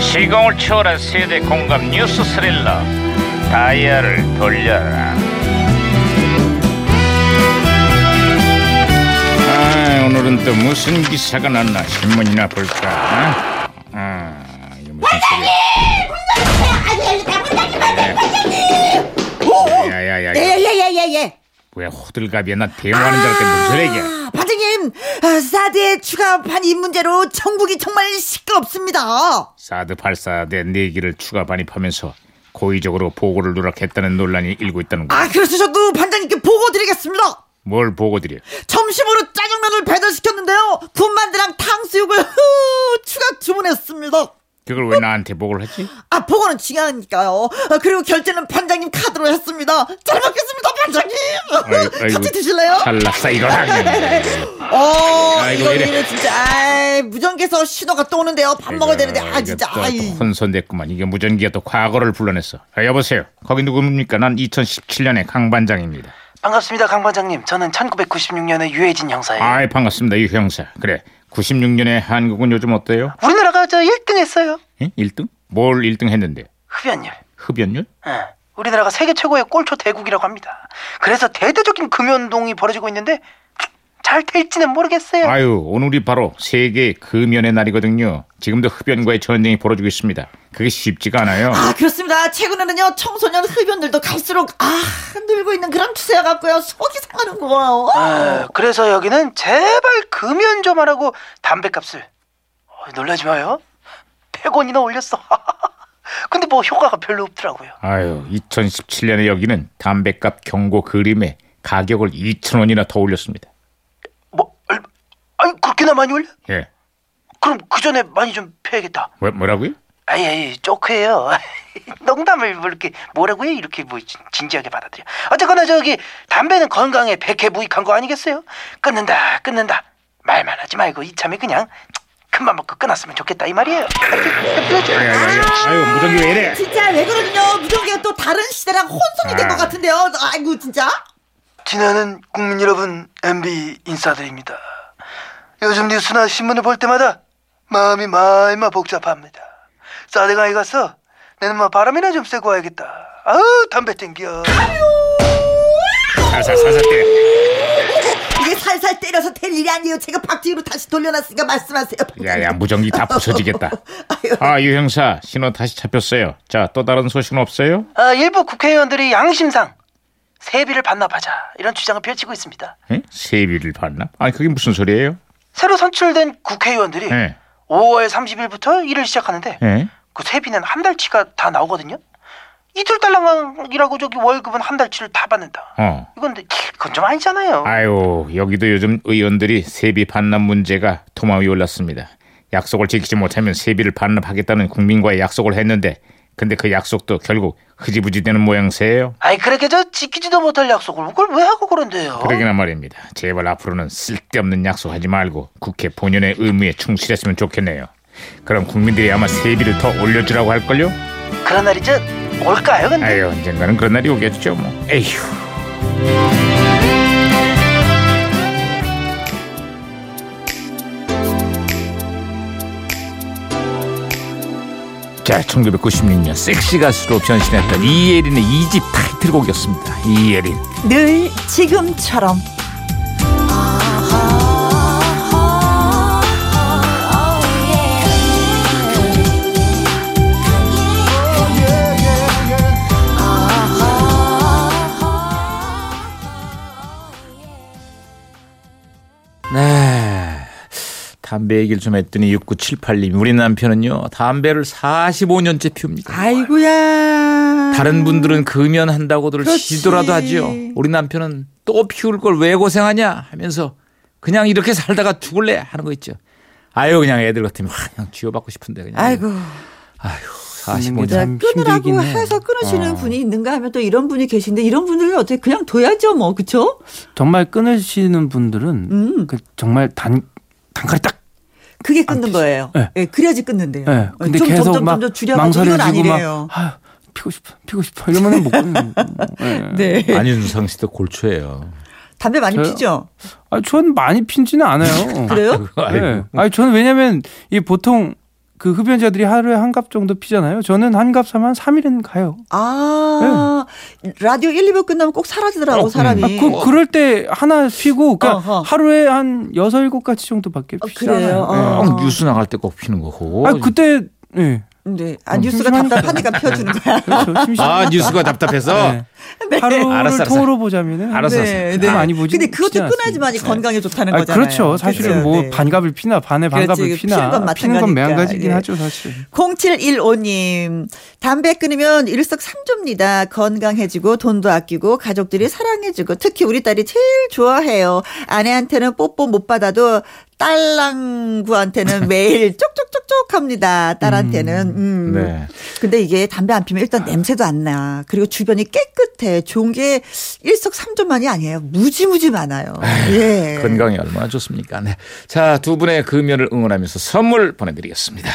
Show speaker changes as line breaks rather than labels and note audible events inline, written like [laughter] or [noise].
시공을 초월한 세대 공감 뉴스 스릴러 다이아를 돌려라 아, 오늘은 또 무슨 기사가 났나 신문이나 볼까 어? 아, 이게 무슨 소리야 어? 야야야
예예예예예.
왜 호들갑이야 나 대모하는 줄 알았더니 무슨 얘기야
아, 반장님 아, 사드에 추가판 이 문제로 정국이 정말 시끄럽습니다.
사드 발사대 네 내기를 추가 반입하면서 고의적으로 보고를 누락했다는 논란이 일고 있다는 거야
아 그래서 저도 반장님께 보고 드리겠습니다.
뭘 보고 드려
점심으로 짜장면을 배달시켰는데요. 군만두랑 탕수육을 후 추가 주문했습니다.
그걸 왜 나한테 보고를 했지
아 보고는 중요하니까요. 아, 그리고 결제는 반장님 카드로 했습니다. 잘 먹겠습니다, 반장님.
아이, 아이고,
[laughs] 같이 드실래요?
잘났어 이거
어,
아이고,
이거
이래.
이래 진짜 아이, 무전기에서 신호가 또 오는데요. 밥 먹어야 되는데 아 진짜
또, 또
아이.
혼선됐구만 이게 무전기가 또 과거를 불러냈어 아, 여보세요 거기 누굽니까 난 2017년의 강 반장입니다
반갑습니다, 강 반장님. 저는 1996년에 유해진 형사예요.
아이 반갑습니다 유 형사 그래 96년에 한국은 요즘 어때요?
우리나라가 저 1등 했어요.
응? 1등? 뭘 1등 했는데
흡연율.
흡연율?
예. 우리나라가 세계 최고의 꼴초 대국이라고 합니다. 그래서 대대적인 금연동이 벌어지고 있는데 잘 될지는
네.
모르겠어요.
아유 오늘이 바로 세계 금연의 날이거든요 지금도 흡연과의 전쟁이 벌어지고 있습니다 그게 쉽지가 않아요
아 그렇습니다. 최근에는요 청소년 흡연들도 갈수록 아 늘고 있는 그런 추세야 같고요. 속이 상하는구만.
아, 그래서 여기는 제발 금연 좀 하라고 담배값을 어, 놀라지 마요. 100원이나 올렸어. [laughs] 근데 뭐 효과가 별로 없더라고요.
아유, 2017년에 여기는 담배값 경고 그림에 가격을 2,000원이나 더 올렸습니다.
뭐, 얼- 아니 그렇게나 많이 올려?
예.
그럼 그 전에 많이 좀 패야겠다.
뭐, 뭐라고요?
아니, 아니, 조크예요. [laughs] 농담을 뭐 이렇게 뭐라고 해 이렇게 뭐 진- 진지하게 받아들여. 어쨌거나 저기 담배는 건강에 백해무익한 거 아니겠어요? 끊는다, 끊는다. 말만 하지 말고 이참에 그냥 큰맘 먹고 끊었으면 좋겠다 이 말이에요.
아유, 예, 아유, 아유, 무전기 왜 이래?
진짜 왜 그러냐? 무전기가 또 다른 시대랑 혼선이 된 것 같은데요. 아이고 진짜.
지나는 국민 여러분, MB 인사드립니다. 요즘 뉴스나 신문을 볼 때마다 마음이 마이마 복잡합니다. 사대강에 가서 내는 뭐 바람이나 좀 쐬고 와야겠다. 아우 담배 땡겨.
사사사사 때.
이게 살살 때려서 될 일이 아니에요. 제가 박지희로 다시 돌려놨으니까 말씀하세요.
야야, 무전기 다 부서지겠다.
아유.
아, 유 형사, 신호 다시 잡혔어요. 자, 또 다른 소식은 없어요?
아, 일부 국회의원들이 양심상 세비를 반납하자 이런 주장을 펼치고 있습니다.
예? 세비를 받나? 아니, 그게 무슨 소리예요?
새로 선출된 국회의원들이
예.
5월 30일부터 일을 시작하는데
예?
그 세비는 한 달치가 다 나오거든요. 이틀 달랑이라고 저기 월급은 한 달치를 다 받는다.
어.
이건 근데 그건 좀 아니잖아요.
아유, 여기도 요즘 의원들이 세비 반납 문제가 도마 위에 올랐습니다. 약속을 지키지 못하면 세비를 반납하겠다는 국민과의 약속을 했는데, 근데 그 약속도 결국 흐지부지 되는 모양새예요.
아이 그렇게 저 지키지도 못할 약속을 그걸 왜 하고 그런데요?
그러기나 말입니다. 제발 앞으로는 쓸데없는 약속하지 말고 국회 본연의 의무에 충실했으면 좋겠네요. 그럼 국민들이 아마 세비를 더 올려주라고 할걸요?
그런 날이 저 올까요? 근데
아유, 언젠가는 그런 날이 오겠죠, 뭐. 에휴. 자, 1996년 섹시 가수로 변신했던 이예린의 2집 타이틀곡이었습니다. 이예린.
늘 지금처럼.
네. 담배 얘기를 좀 했더니 6978님 우리 남편은요 담배를 45년째 피웁니다.
아이고야.
다른 분들은 금연한다고들
그렇지.
시도라도 하지요. 우리 남편은 또 피울 걸 왜 고생하냐 하면서 그냥 이렇게 살다가 죽을래 하는 거 있죠. 아유 그냥 애들 같으면 확 그냥 쥐어받고 싶은데 그냥.
아이고.
45년.
자, 끊으라고 해서 끊으시는 분이 있는가 하면 또 이런 분이 계신데 이런 분들을 어떻게 그냥 둬야죠 뭐 그쵸?
정말 끊으시는 분들은
음.
그 정말 단 단칼에 딱.
그게 끊는 거예요.
네.
예, 그래야지 끊는데요.
예. 근데
좀
계속
점점
막
점점 줄여가지고 이건
망설여지고
아니래요.
막 아, 피고 싶어, 피고 싶어 이러면은 못 끊는. 예.
[laughs] 네.
안윤상 씨도 골초예요.
담배 많이
저요?
피죠?
아, 전 많이 핀지는 않아요.
[laughs] 어? 그래요?
예. 아니 저는 왜냐면 이 보통 그 흡연자들이 하루에 한 갑 정도 피잖아요. 저는 한 갑 사면 한 3일은 가요.
아,
네.
라디오 1, 2부 끝나면 꼭 사라지더라고, 사람이.
그, 그럴 때 하나 피고, 그러니까
네. 어허.
하루에 한 여섯 일곱 가지 정도밖에
어,
피잖아요.
그래요?
예.
어.
어, 뉴스 나갈 때 꼭 피는 거고.
아, 그때, 예.
네. 아, 뉴스가
음, 심심하니까.
답답하니까 펴주는 거야.
그렇죠. 심심
아, 뉴스가 답답해서
네. 하루를
어. 알았어, 알았어.
통으로 보자면은.
알았어, 알았어.
네,
네. 많이 보지.
근데 그것도 끊어야지만이 건강에 좋다는
아,
거잖아요.
그렇죠. 사실은
그렇죠.
뭐
네.
반갑을 피나 반에 반갑을
그렇지.
피나
피는 건
피는
마찬가지니까.
건 매한가지긴
예.
하죠, 사실.
0715님, 담배 끊으면 일석삼조입니다. 건강해지고, 돈도 아끼고, 가족들이 사랑해주고, 특히 우리 딸이 제일 좋아해요. 아내한테는 뽀뽀 못 받아도, 딸랑구한테는 매일 쪽쪽쪽쪽 합니다. 딸한테는. 음.
네.
근데 이게 담배 안 피면 일단 냄새도 안 나. 그리고 주변이 깨끗해. 좋은 게 일석삼조만이 아니에요. 무지무지 많아요. 예.
건강이 얼마나 좋습니까? 네. 자, 두 분의 금연을 응원하면서 선물 보내드리겠습니다.